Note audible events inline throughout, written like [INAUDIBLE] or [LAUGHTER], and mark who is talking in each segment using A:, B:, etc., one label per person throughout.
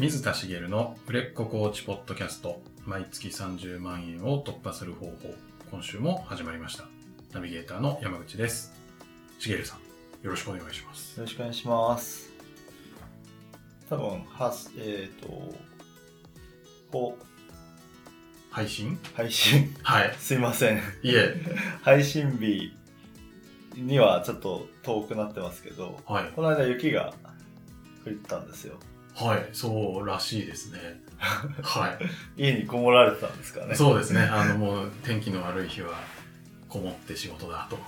A: 水田茂の売れっ子コーチポッドキャスト毎月30万円を突破する方法今週も始まりましたナビゲーターの山口です茂さんよろしくお願いします
B: よろしくお願いします。多分はえっ、と、ほ
A: 配信
B: 配信、 [LAUGHS]
A: はい
B: すいません。
A: いえ
B: 配信日にはちょっと遠くなってますけど、
A: はい
B: この間雪が降ったんですよ。
A: はいそうらしいですねは [LAUGHS]
B: 家にこもられてたんですかね
A: い。そうですねあのもう天気の悪い日はこもって仕事だと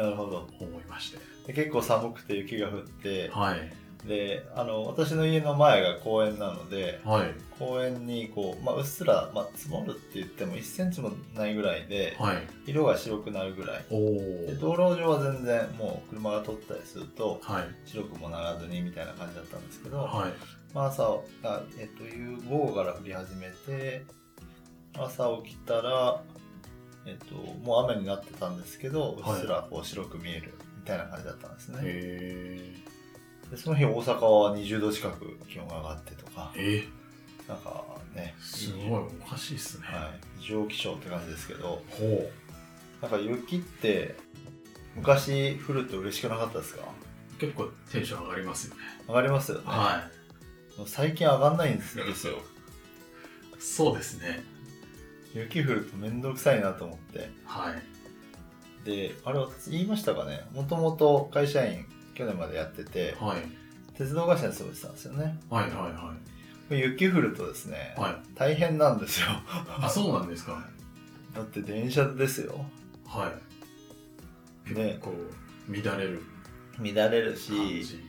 B: なるほど。
A: 思いまして
B: で結構寒くて雪が降って、
A: はい
B: で、あの、私の家の前が公園なので、
A: はい
B: 公園にこう、まあ、うっすら、まあ、積もるって言っても1センチもないぐらいで、
A: はい
B: 色が白くなるぐらい。
A: おお
B: で道路上は全然もう車が通ったりすると
A: はい
B: 白くもならずにみたいな感じだったんですけど、
A: はい
B: まあ、朝あ、えっと、夕午後から降り始めて朝起きたら、えっと、もう雨になってたんですけど
A: はいう
B: っすらこう白く見えるみたいな感じだったんですね、
A: え
B: でその日大阪は20度近く気温が上がってとか
A: ー、え
B: なんかね
A: すごいおかしいっすね、
B: はい、異常気象って感じですけど
A: ほ
B: なんか雪って昔降ると嬉しくなかったですか
A: う結構テンション上がりますよね
B: 上がりますよね、
A: は
B: 最近上がんないんですよ
A: いそうですね
B: 雪降ると面倒くさいなと思って
A: はい
B: であれ私言いましたかねもともと会社員去年までやってて
A: はい
B: 鉄道会社に勤めてたんですよね
A: はいはいは
B: 雪降るとですね、
A: いはい
B: 大変なんですよ [LAUGHS]
A: あそうなんですか
B: だって電車ですよ
A: はい
B: ね
A: 結構乱れる
B: 乱れる
A: 感
B: し
A: じ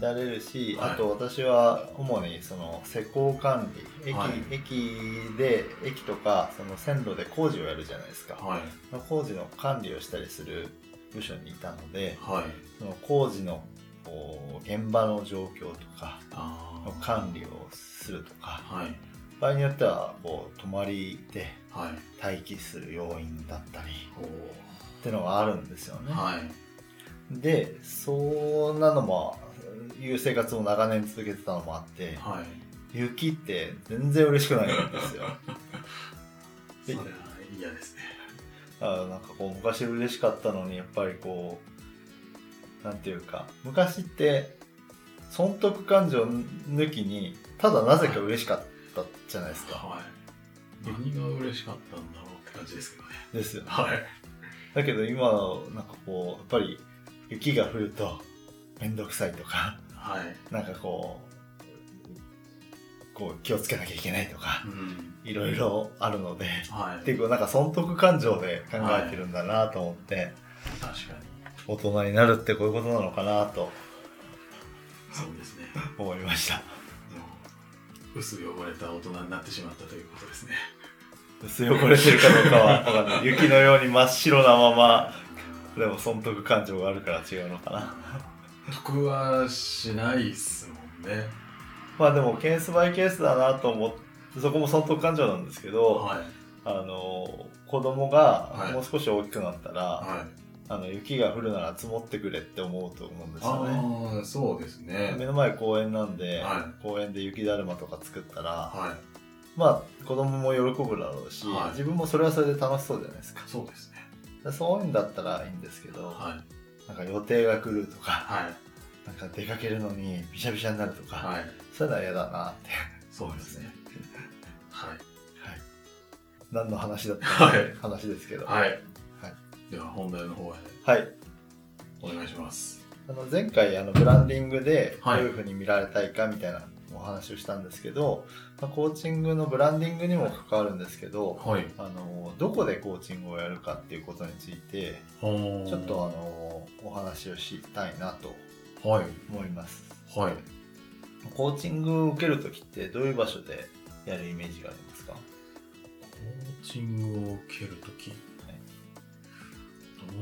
B: 乱れるし、
A: はい
B: あと私は主にその施工管理駅,、
A: はい
B: 駅で駅とかその線路で工事をやるじゃないですか、
A: はい
B: その工事の管理をしたりする部署にいたので、
A: はい
B: その工事のこう現場の状況とか
A: あ
B: の管理をするとか
A: あはい
B: 場合によってはこう泊まりで
A: はい
B: 待機する要員だったり
A: ほ
B: ってのがあるんですよ
A: う
B: ね。
A: はい
B: でそんなのもいう生活を長年続けてたのもあって
A: はい
B: 雪って全然嬉しくないんですよ。
A: それは嫌ですね
B: あなんかこう昔嬉しかったのにやっぱりこうなんていうか昔って損得感情抜きにただなぜか嬉しかったじゃないですか。
A: はい何が嬉しかったんだろうって感じですけどね
B: ですよね。
A: はい
B: だけど今のなんかこうやっぱり雪が降ると面倒くさいとか [LAUGHS]
A: はい
B: なんかこうこう気をつけなきゃいけないとか
A: うん
B: いろいろあるので。
A: はい
B: っていうかなんか損得感情で考えてるんだなと思って、
A: 確かに
B: 大人になるってこういうことなのかなと
A: そうですね
B: 思いました
A: もう薄汚れた大人になってしまったということですね。
B: 薄汚れてるかどうかは [LAUGHS] 分かんない雪のように真っ白なままでも損得感情があるから違うのかな
A: [LAUGHS] 得はしないっすもんね。
B: まあでもケースバイケースだなと思ってそこも損得感情なんですけど、
A: はい。
B: あの子供
A: は
B: が
A: い
B: もう少し大きくなったら、
A: はい。
B: あの雪が降るなら積もってくれって思うと思うんですよね
A: ああ、そうです
B: 目
A: ね。
B: の前公園なんで、
A: は
B: 公園で雪だるまとか作ったら、
A: はい。
B: まあ子供も喜ぶだろうし、
A: はい
B: 自分もそれはそれで楽しそうじゃないですか
A: そうですね。
B: でそういうんだったらいいんですけど、
A: はい。
B: なんか予定が来るとか、
A: はい。
B: なんか出かけるのにびしゃびしゃになるとか、
A: はい。
B: そういうのは嫌だなって。
A: そうですね。はい。
B: はい。何の話だった
A: は
B: か
A: い
B: 話ですけど。はい。
A: はい。では本題の方へお願いします。
B: あの前回、あのブランディングでどう
A: はい
B: いうふうに見られたいかみたいなお話をしたんですけど、まあコーチングのブランディングにも関わるんですけど、
A: はい。
B: あのどこでコーチングをやるかっていうことについて
A: ほ
B: ちょっとあのお話をしたいなと
A: と。はい。
B: 思います
A: はい。
B: コーチングを受けるときってどういう場所でやるイメージがありますか
A: コーチングを受けるとき、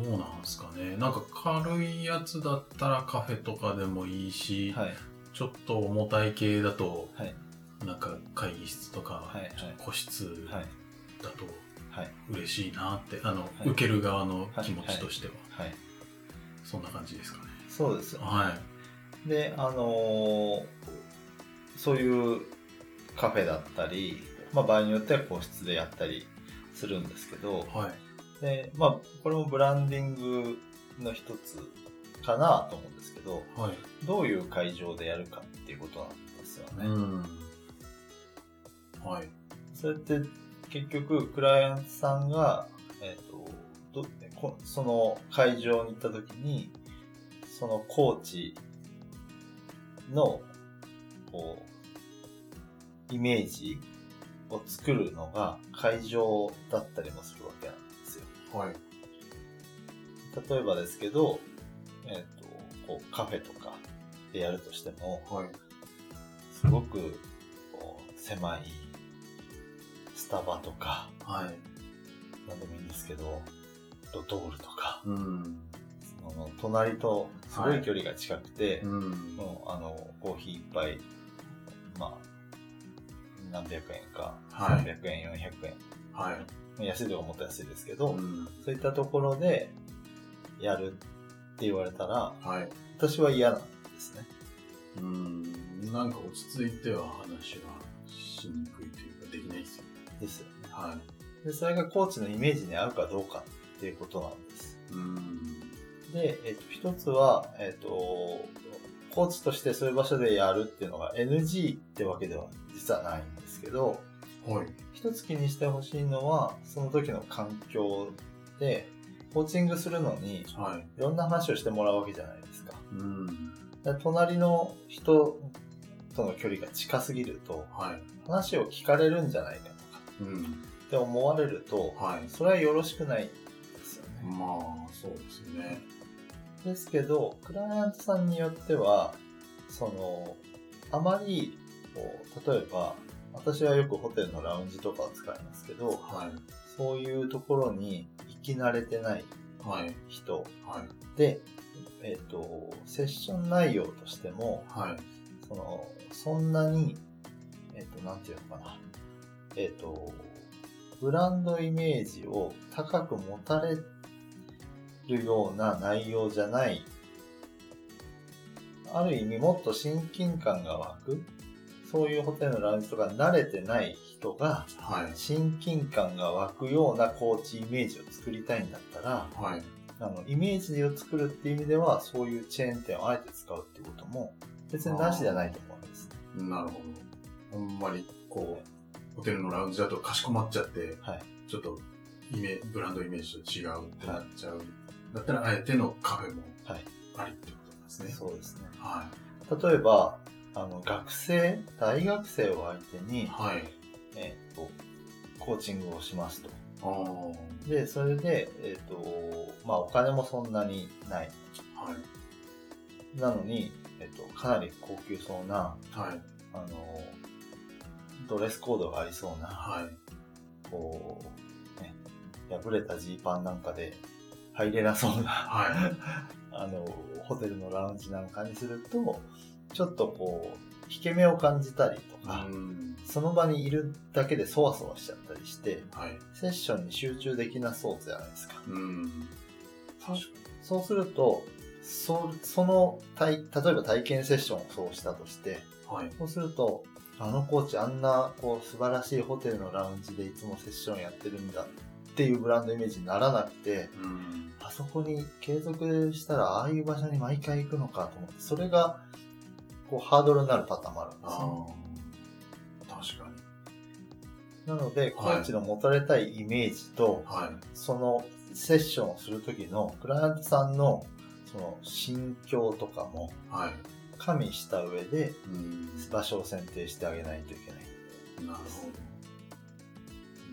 A: どうなんですかねなんか軽いやつだったらカフェとかでもいいし、
B: はい
A: ちょっと重たい系だと、
B: はい
A: なんか会議室とか、
B: はいはい
A: ちょっと個室
B: はい
A: だと
B: はい
A: 嬉しいなって、あの、
B: い
A: 受ける側の気持ちとしては、
B: はい
A: そんな感じですかね。
B: そうですよ
A: は
B: であのーそういうカフェだったり、まあ、場合によっては個室でやったりするんですけど、
A: はい。
B: で、まあ、これもブランディングの一つかなと思うんですけど、
A: はい。
B: どういう会場でやるかっていうことなんですよね。
A: うん。はい。
B: それって結局クライアントさんが、えー、とどこその会場に行った時にそのコーチのこうイメージを作るのが会場だったりもするわけなんですよ。
A: はい。
B: 例えばですけど、えー、とこうカフェとかでやるとしても
A: はい。
B: すごくこう狭いスタバとか
A: はい。
B: なんでもいいんですけど、ドトールとか、
A: うん。
B: その隣とすごい距離が近くて、
A: うん。
B: もうあのコーヒー一杯、まあ、何百円か、
A: はい
B: 300円、400円、
A: はい。
B: まあ安いとかもっと安いですけど、
A: うん。
B: そういったところでやるって言われたら、
A: はい。
B: 私は嫌なんですね。
A: うん。なんか落ち着いては話はしにくいというか、できないですよ。
B: ですよね。
A: は
B: で、それがコーチのイメージに合うかどうかっていうことなんです。
A: い。うん。
B: で、えっと、一つは、えっと、コーチとしてそういう場所でやるっていうのが NG ってわけでは実はないんですけど、
A: はい。
B: 一つ気にしてほしいのは、その時の環境で、コーチングするのに、い
A: はい。
B: ろんな話をしてもらうわけじゃないですか。
A: うん。
B: で隣の人との距離が近すぎると、
A: はい。
B: 話を聞かれるんじゃないかとか
A: うん。
B: って思われると、
A: はい。
B: それはよろしくないですよね。
A: まあ、そうですよね。
B: ですけど、クライアントさんによっては、その、あまり、こう例えば、私はよくホテルのラウンジとかを使いますけど、
A: はい。
B: そういうところに行き慣れてない
A: はい。
B: 人
A: はい。
B: で、えっ、と、セッション内容としても、
A: はい。
B: その、そんなに、えっ、と、なんていうのかな、えっ、と、ブランドイメージを高く持たれるような内容じゃない、ある意味もっと親近感が湧く、そういうホテルのラウンジとか慣れてない人が、
A: はい。
B: 親近感が湧くようなコーチイメージを作りたいんだったら、
A: はい。
B: あの、イメージを作るっていう意味では、そういうチェーン店をあえて使うってことも、別になしじゃないと思うんです。
A: なるほど。あんまり、こう、ホテルのラウンジだとかしこまっちゃって、
B: はい。
A: ちょっとイメ、ブランドイメージと違うってなっちゃう。だったら、あえてのカフェも
B: はい
A: ありってことなんですね。
B: そうですね。
A: は
B: 例えば、あの、学生、大学生を相手
A: い。
B: に、
A: はい。
B: えっ、と、コーチングをしますと。
A: ああ。は
B: で、それで、えっ、と、まあ、お金もそんなにない。
A: い。
B: なのに、えっ、と、かなり高級そうな、
A: はい。
B: あの、ドレスコードがありそうな、
A: はい。
B: こう、ね、破れたジーパンなんかで入れなそうな、 [LAUGHS]
A: はい。
B: あの、ホテルのラウンジなんかにすると、ちょっとこう、引け目を感じたりとか、
A: うん。
B: その場にいるだけでそわそわしちゃったりして、
A: はい。
B: セッションに集中できなそうじゃないですか。
A: うん。確
B: そうすると、そその体、例えば体験セッションをそうしたとして、
A: かに。はい。
B: そうすると、あのコーチあんなこう素晴らしいホテルのラウンジでいつもセッションやってるんだっていうブランドイメージにならなくて、
A: うん。
B: あそこに継続したらああいう場所に毎回行くのかと思って、それがこうハードルになるパターンもあるんです
A: あ
B: よ。
A: あ。確かに。
B: なので、コーチの持たれたいイメージと、
A: はい。
B: そのセッションをする時のクライアントさんのその心境とかも
A: はい。
B: 加味した上で
A: うん。
B: 場所を選定してあげないといけない。
A: なるほ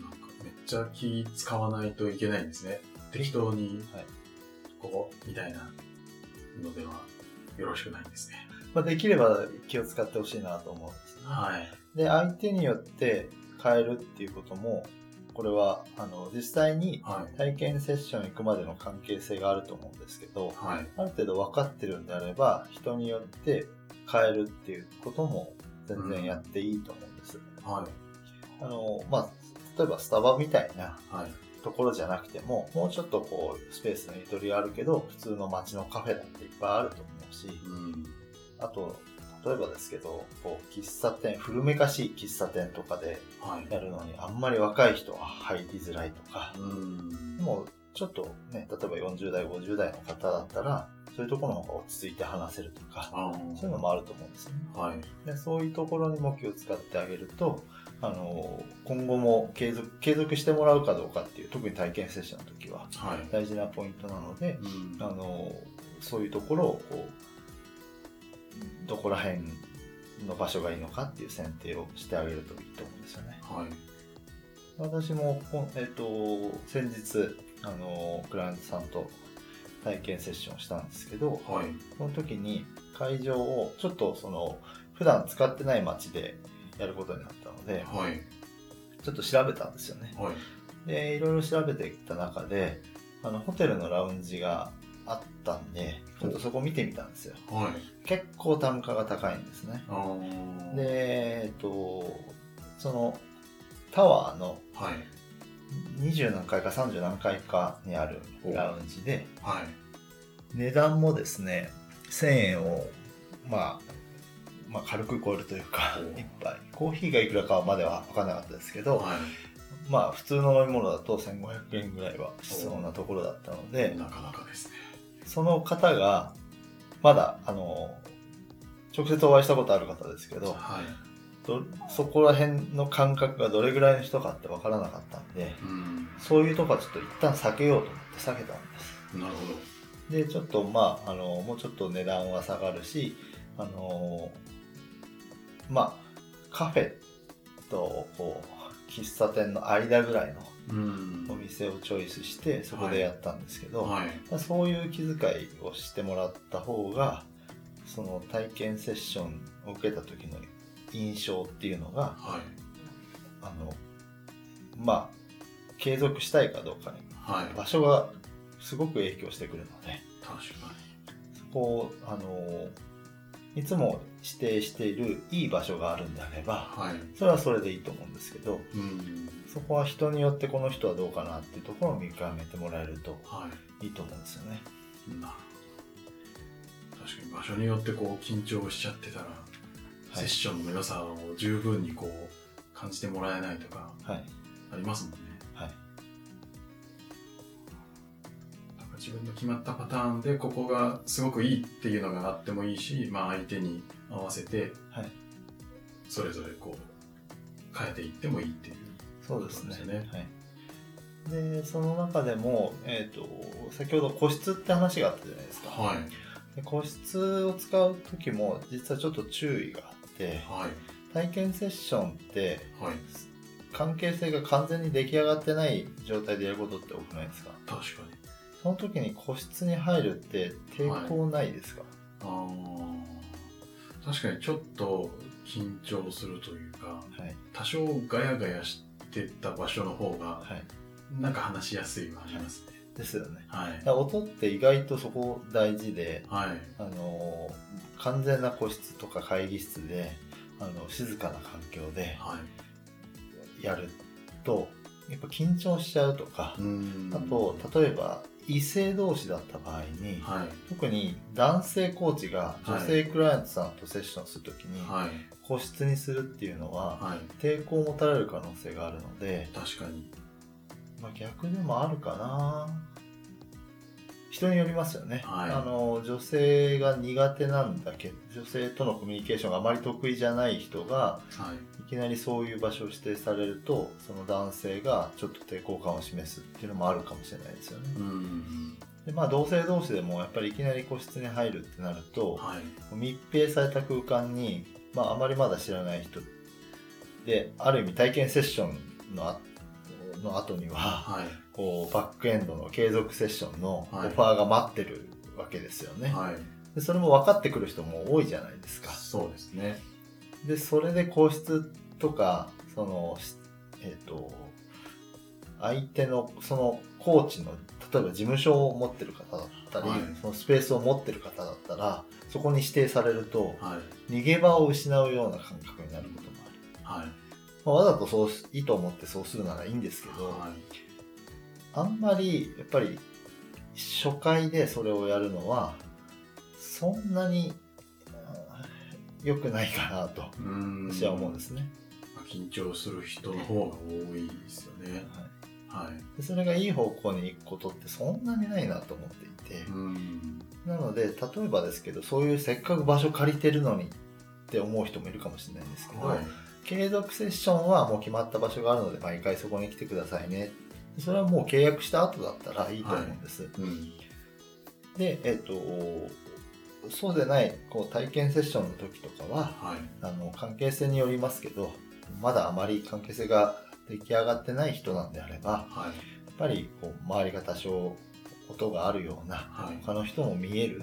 A: ど。なんかめっちゃ気使わないといけないんですね。適当に
B: はい、
A: ここ、みたいなのではよろしくないんですね。
B: まあ、できれば気を使ってほしいなと思うんですね。
A: はい。
B: で、相手によって変えるっていうことも、これはあの実際に
A: はい。
B: 体験セッション行くまでの関係性があると思うんですけど、
A: はい。
B: ある程度分かってるんであれば、人によって変えるっていうことも全然やっていいと思うんです。
A: はい。
B: あの、まあ、例えばスタバみたいな
A: はい。
B: ところじゃなくても、もうちょっとこう、スペースのゆとりはあるけど、普通の街のカフェだっていっぱいあると思うし、
A: うん。
B: あと、例えばですけど、こう、喫茶店、古めかしい喫茶店とかで
A: はい。
B: やるのに、あんまり若い人は入りづらいとか、
A: うん。
B: もうちょっとね、例えば40代、50代の方だったら、そういうところの方が落ち着いて話せるとか、
A: あ
B: そういうのもあると思うんですよね。
A: あ。はい。
B: でそういうところにも気を使ってあげると、あの、今後も継続、継続してもらうかどうかっていう、特に体験接種の時は
A: はい。
B: 大事なポイントなので、
A: うん
B: あの、そういうところをこう、どこら辺の場所がいいのかっていう選定をしてあげるといいと思うんですよね。
A: はい。
B: 私もこん、えっと先日あのクライアントさんと体験セッションをしたんですけど
A: はい。
B: その時に会場をちょっとその普段使ってない街でやることになったので
A: はい。
B: ちょっと調べたんですよね
A: はい。
B: でいろいろ調べてきた中であのホテルのラウンジがあったんでちょっとそこ見てみたんですよ
A: はい。
B: 結構単価が高いんですね
A: ああ。
B: でえっとそのタワーの
A: はい。
B: 20何回か30何回かにあるラウンジで
A: はい。
B: 値段もですね1000円を、まあ、まあ軽く超えるというか
A: お
B: 一杯コーヒーがいくらかまでは分からなかったですけど
A: は
B: まあ普通の飲み物だと1500円ぐらいはしそうなところだったの
A: い。
B: で
A: なかなかですね。
B: その方がまだあの直接お会いしたことある方ですけど
A: はい。
B: どそこら辺の感覚がどれぐらいの人かって分からなかったんで
A: うん。
B: そういうとこはちょっと一旦避けようと思って避けたんです
A: なるほど。
B: でちょっとまああのもうちょっと値段は下がるしあのまあカフェとこう喫茶店の間ぐらいの
A: うん
B: お店をチョイスしてそこでやったんですけど、
A: はい。
B: まあそういう気遣いをしてもらった方がその体験セッションを受けた時の印象っていうのが
A: はい。
B: あのまあ継続したいかどうかに
A: はい。
B: 場所がすごく影響してくるので。
A: 確か
B: そこを、あのいつも指定しているいい場所があるんであれば、
A: に。はい。
B: それはそれでいいと思うんですけど、
A: うん。
B: そこは人によってこの人はどうかなっていうところを見極めてもらえると
A: はい。
B: いいと思うんですよね。
A: なるほど確かに場所によってこう緊張しちゃってたら、
B: い
A: セッションの良さを十分にこう感じてもらえないとか
B: はい。
A: ありますもんね
B: はい。
A: なんか自分の決まったパターンでここがすごくいいっていうのがあってもいいし、まあ、相手に合わせて
B: はい
A: それぞれこう変えていってもいいっていう
B: そうですね。
A: そうですね
B: はい。で、その中でも、えっ、と、先ほど個室って話があったじゃないですか。
A: はい
B: で個室を使う時も、実はちょっと注意があって、
A: はい
B: 体験セッションって、
A: はい
B: 関係性が完全に出来上がってない状態でやることって多くないですか
A: 確かに
B: その時に個室に入るって抵抗ないですか、
A: あー確かにちょっと緊張するというか
B: はい、
A: 多少ガヤガヤしてた場所の方が
B: はい
A: なんか話しやすいはありますね。
B: ですよね
A: はい
B: だか。ら音って意外とそこ大事で、
A: はい。
B: あのー完全な個室とか会議室であの静かな環境で
A: は
B: やるとやっぱ緊張しちゃうとか
A: い。う、ん
B: あと、例えば異性同士だった場合に、
A: はい。
B: 特に男性コーチが女性クライアントさんとセッションするときに、
A: はい。
B: 個室にするっていうのは
A: はい。
B: 抵抗を持たれる可能性があるので、
A: 確かに。
B: まあ、逆でもあるかな人によりますよね、
A: はい
B: あの女性が苦手なんだけど女性とのコミュニケーションがあまり得意じゃない人が
A: はい。
B: いきなりそういう場所を指定されるとその男性がちょっと抵抗感を示すっていうのもあるかもしれないですよね
A: うん。
B: でまあ同性同士でもやっぱりいきなり個室に入るってなると
A: はい。
B: 密閉された空間に、まあ、あまりまだ知らない人である意味体験セッションのあの後には
A: はい。
B: こうバックエンドの継続セッションのオフ
A: はい
B: ァーが待ってるわけですよね、
A: はい。
B: でそれも分かってくる人も多いじゃないですか
A: そうですね。
B: でそれで個室とかそのしえっ、と相手のそのコーチの例えば事務所を持ってる方だったり、
A: はい
B: そのスペースを持ってる方だったらそこに指定されると、
A: はい。
B: 逃げ場を失うような感覚になることもある、
A: はい。
B: まあ、わざとそうしいいと思ってそうするならいいんですけど、
A: はい。
B: あんまりやっぱり初回でそれをやるのはそんなにうん良くないかなと
A: うん
B: 私は思うんですね、
A: まあ緊張する人の方が多いですよね。
B: は、
A: はい
B: でそれがいい方向に行くことってそんなにないなと思っていて
A: い。、うん。
B: なので例えばですけどそういうせっかく場所借りてるのにって思う人もいるかもしれないんですけど、
A: はい。
B: 継続セッションはもう決まった場所があるので毎回そこに来てくださいねそれはもう契約した後だったらいいと思うんです、
A: うん。
B: でえっ、とそうでないこう体験セッションの時とかは
A: はい。
B: あの関係性によりますけどまだあまり関係性が出来上がってない人なんであれば
A: はい。
B: やっぱりこう周りが多少音があるような
A: はい
B: 他の人も見える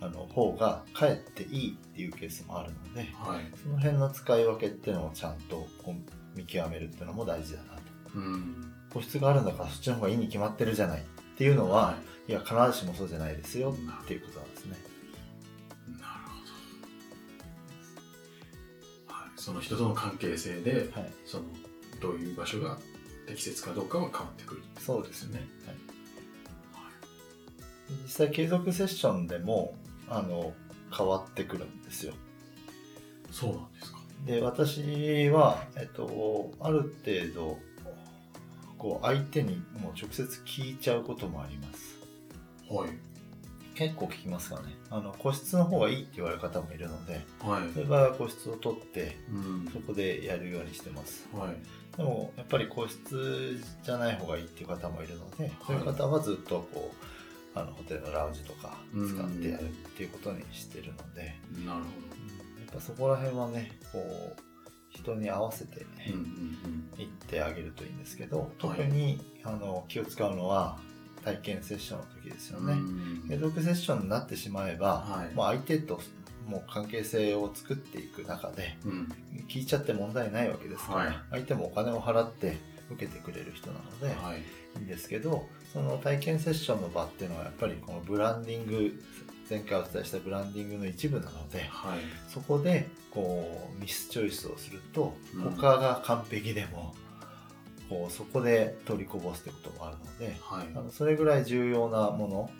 B: あの方がかえっていいっていうケースもあるので
A: はい。
B: その辺の使い分けっていうのをちゃんとこう見極めるっていうのも大事だなと
A: うん。
B: 個室があるんだからそっちの方がいいに決まってるじゃないっていうのは、、
A: はい
B: や必ずしもそうじゃないですよっていうことなんですね
A: い。なるほど。はい。その人との関係性で、
B: はい
A: その、どういう場所が適切かどうかは変わってくる。
B: そうですね、はい、実際継続セッションでもあの変わってくるんですよ
A: そうなんですか。
B: で私は、えっと、ある程度こう相手にもう直接聞いちゃうこともあります
A: はい。
B: 結構聞きますかねあの個室の方がいいって言われる方もいるので
A: はい。
B: そういう場合は個室を取って
A: うん。
B: そこでやるようにしてます
A: はい。
B: でもやっぱり個室じゃない方がいいっていう方もいるので、そういう方はずっとこうあのホテルのラウンジとか使ってやるっていうことにしてるので、
A: なるほ
B: やっぱそこら辺はねこう人に合わせて
A: ど。うんうん
B: 行ってあげるといいんですけど特に、あの気を使うのは体験セッションの時ですよ
A: うん。う
B: ね。
A: ん
B: 継続セッションになってしまえば、
A: はい
B: もう相手ともう関係性を作っていく中で、
A: うん。
B: 聞いちゃって問題ないわけですから、
A: はい
B: 相手もお金を払って受けてくれる人なので
A: はい。
B: いいんですけどその体験セッションの場っていうのはやっぱりこのブランディング前回お伝えしたブランディングの一部なので
A: はい。
B: そこでこうミスチョイスをすると
A: うん
B: 他が完璧でも、こうそこで取りこぼすってこともあるので
A: はい。
B: あのそれぐらい重要なもの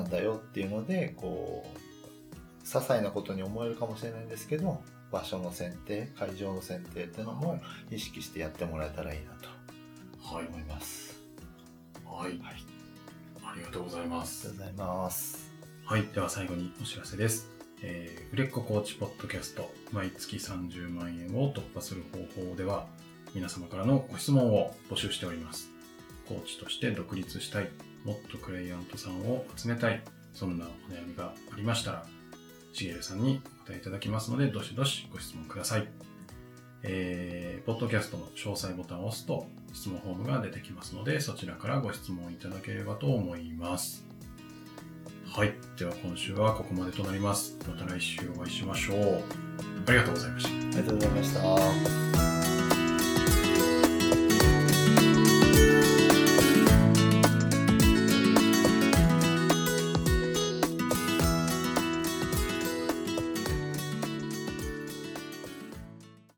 B: なんだよっていうのでこう些細なことに思えるかもしれないんですけど場所の選定会場の選定っていうのも意識してやってもらえたらいいなと
A: はい。
B: 思います。
A: はい。
B: はい、あり
A: ありがとうございま
B: がと
A: す
B: う。ございます。
A: はい。では最後にお知らせです。えー売れっ子コーチポッドキャスト、毎月30万円を突破する方法では、皆様からのご質問を募集しております。コーチとして独立したい、もっとクライアントさんを集めたい、そんなお悩みがありましたら、しげるさんにお答えいただきますので、どしどしご質問ください。えー、ポッドキャストの詳細ボタンを押すと質問フォームが出てきますので、そちらからご質問いただければと思います。はい。では今週はここまでとなります。また来週お会いしましょう。ありがとうございました。
B: ありがとうございました。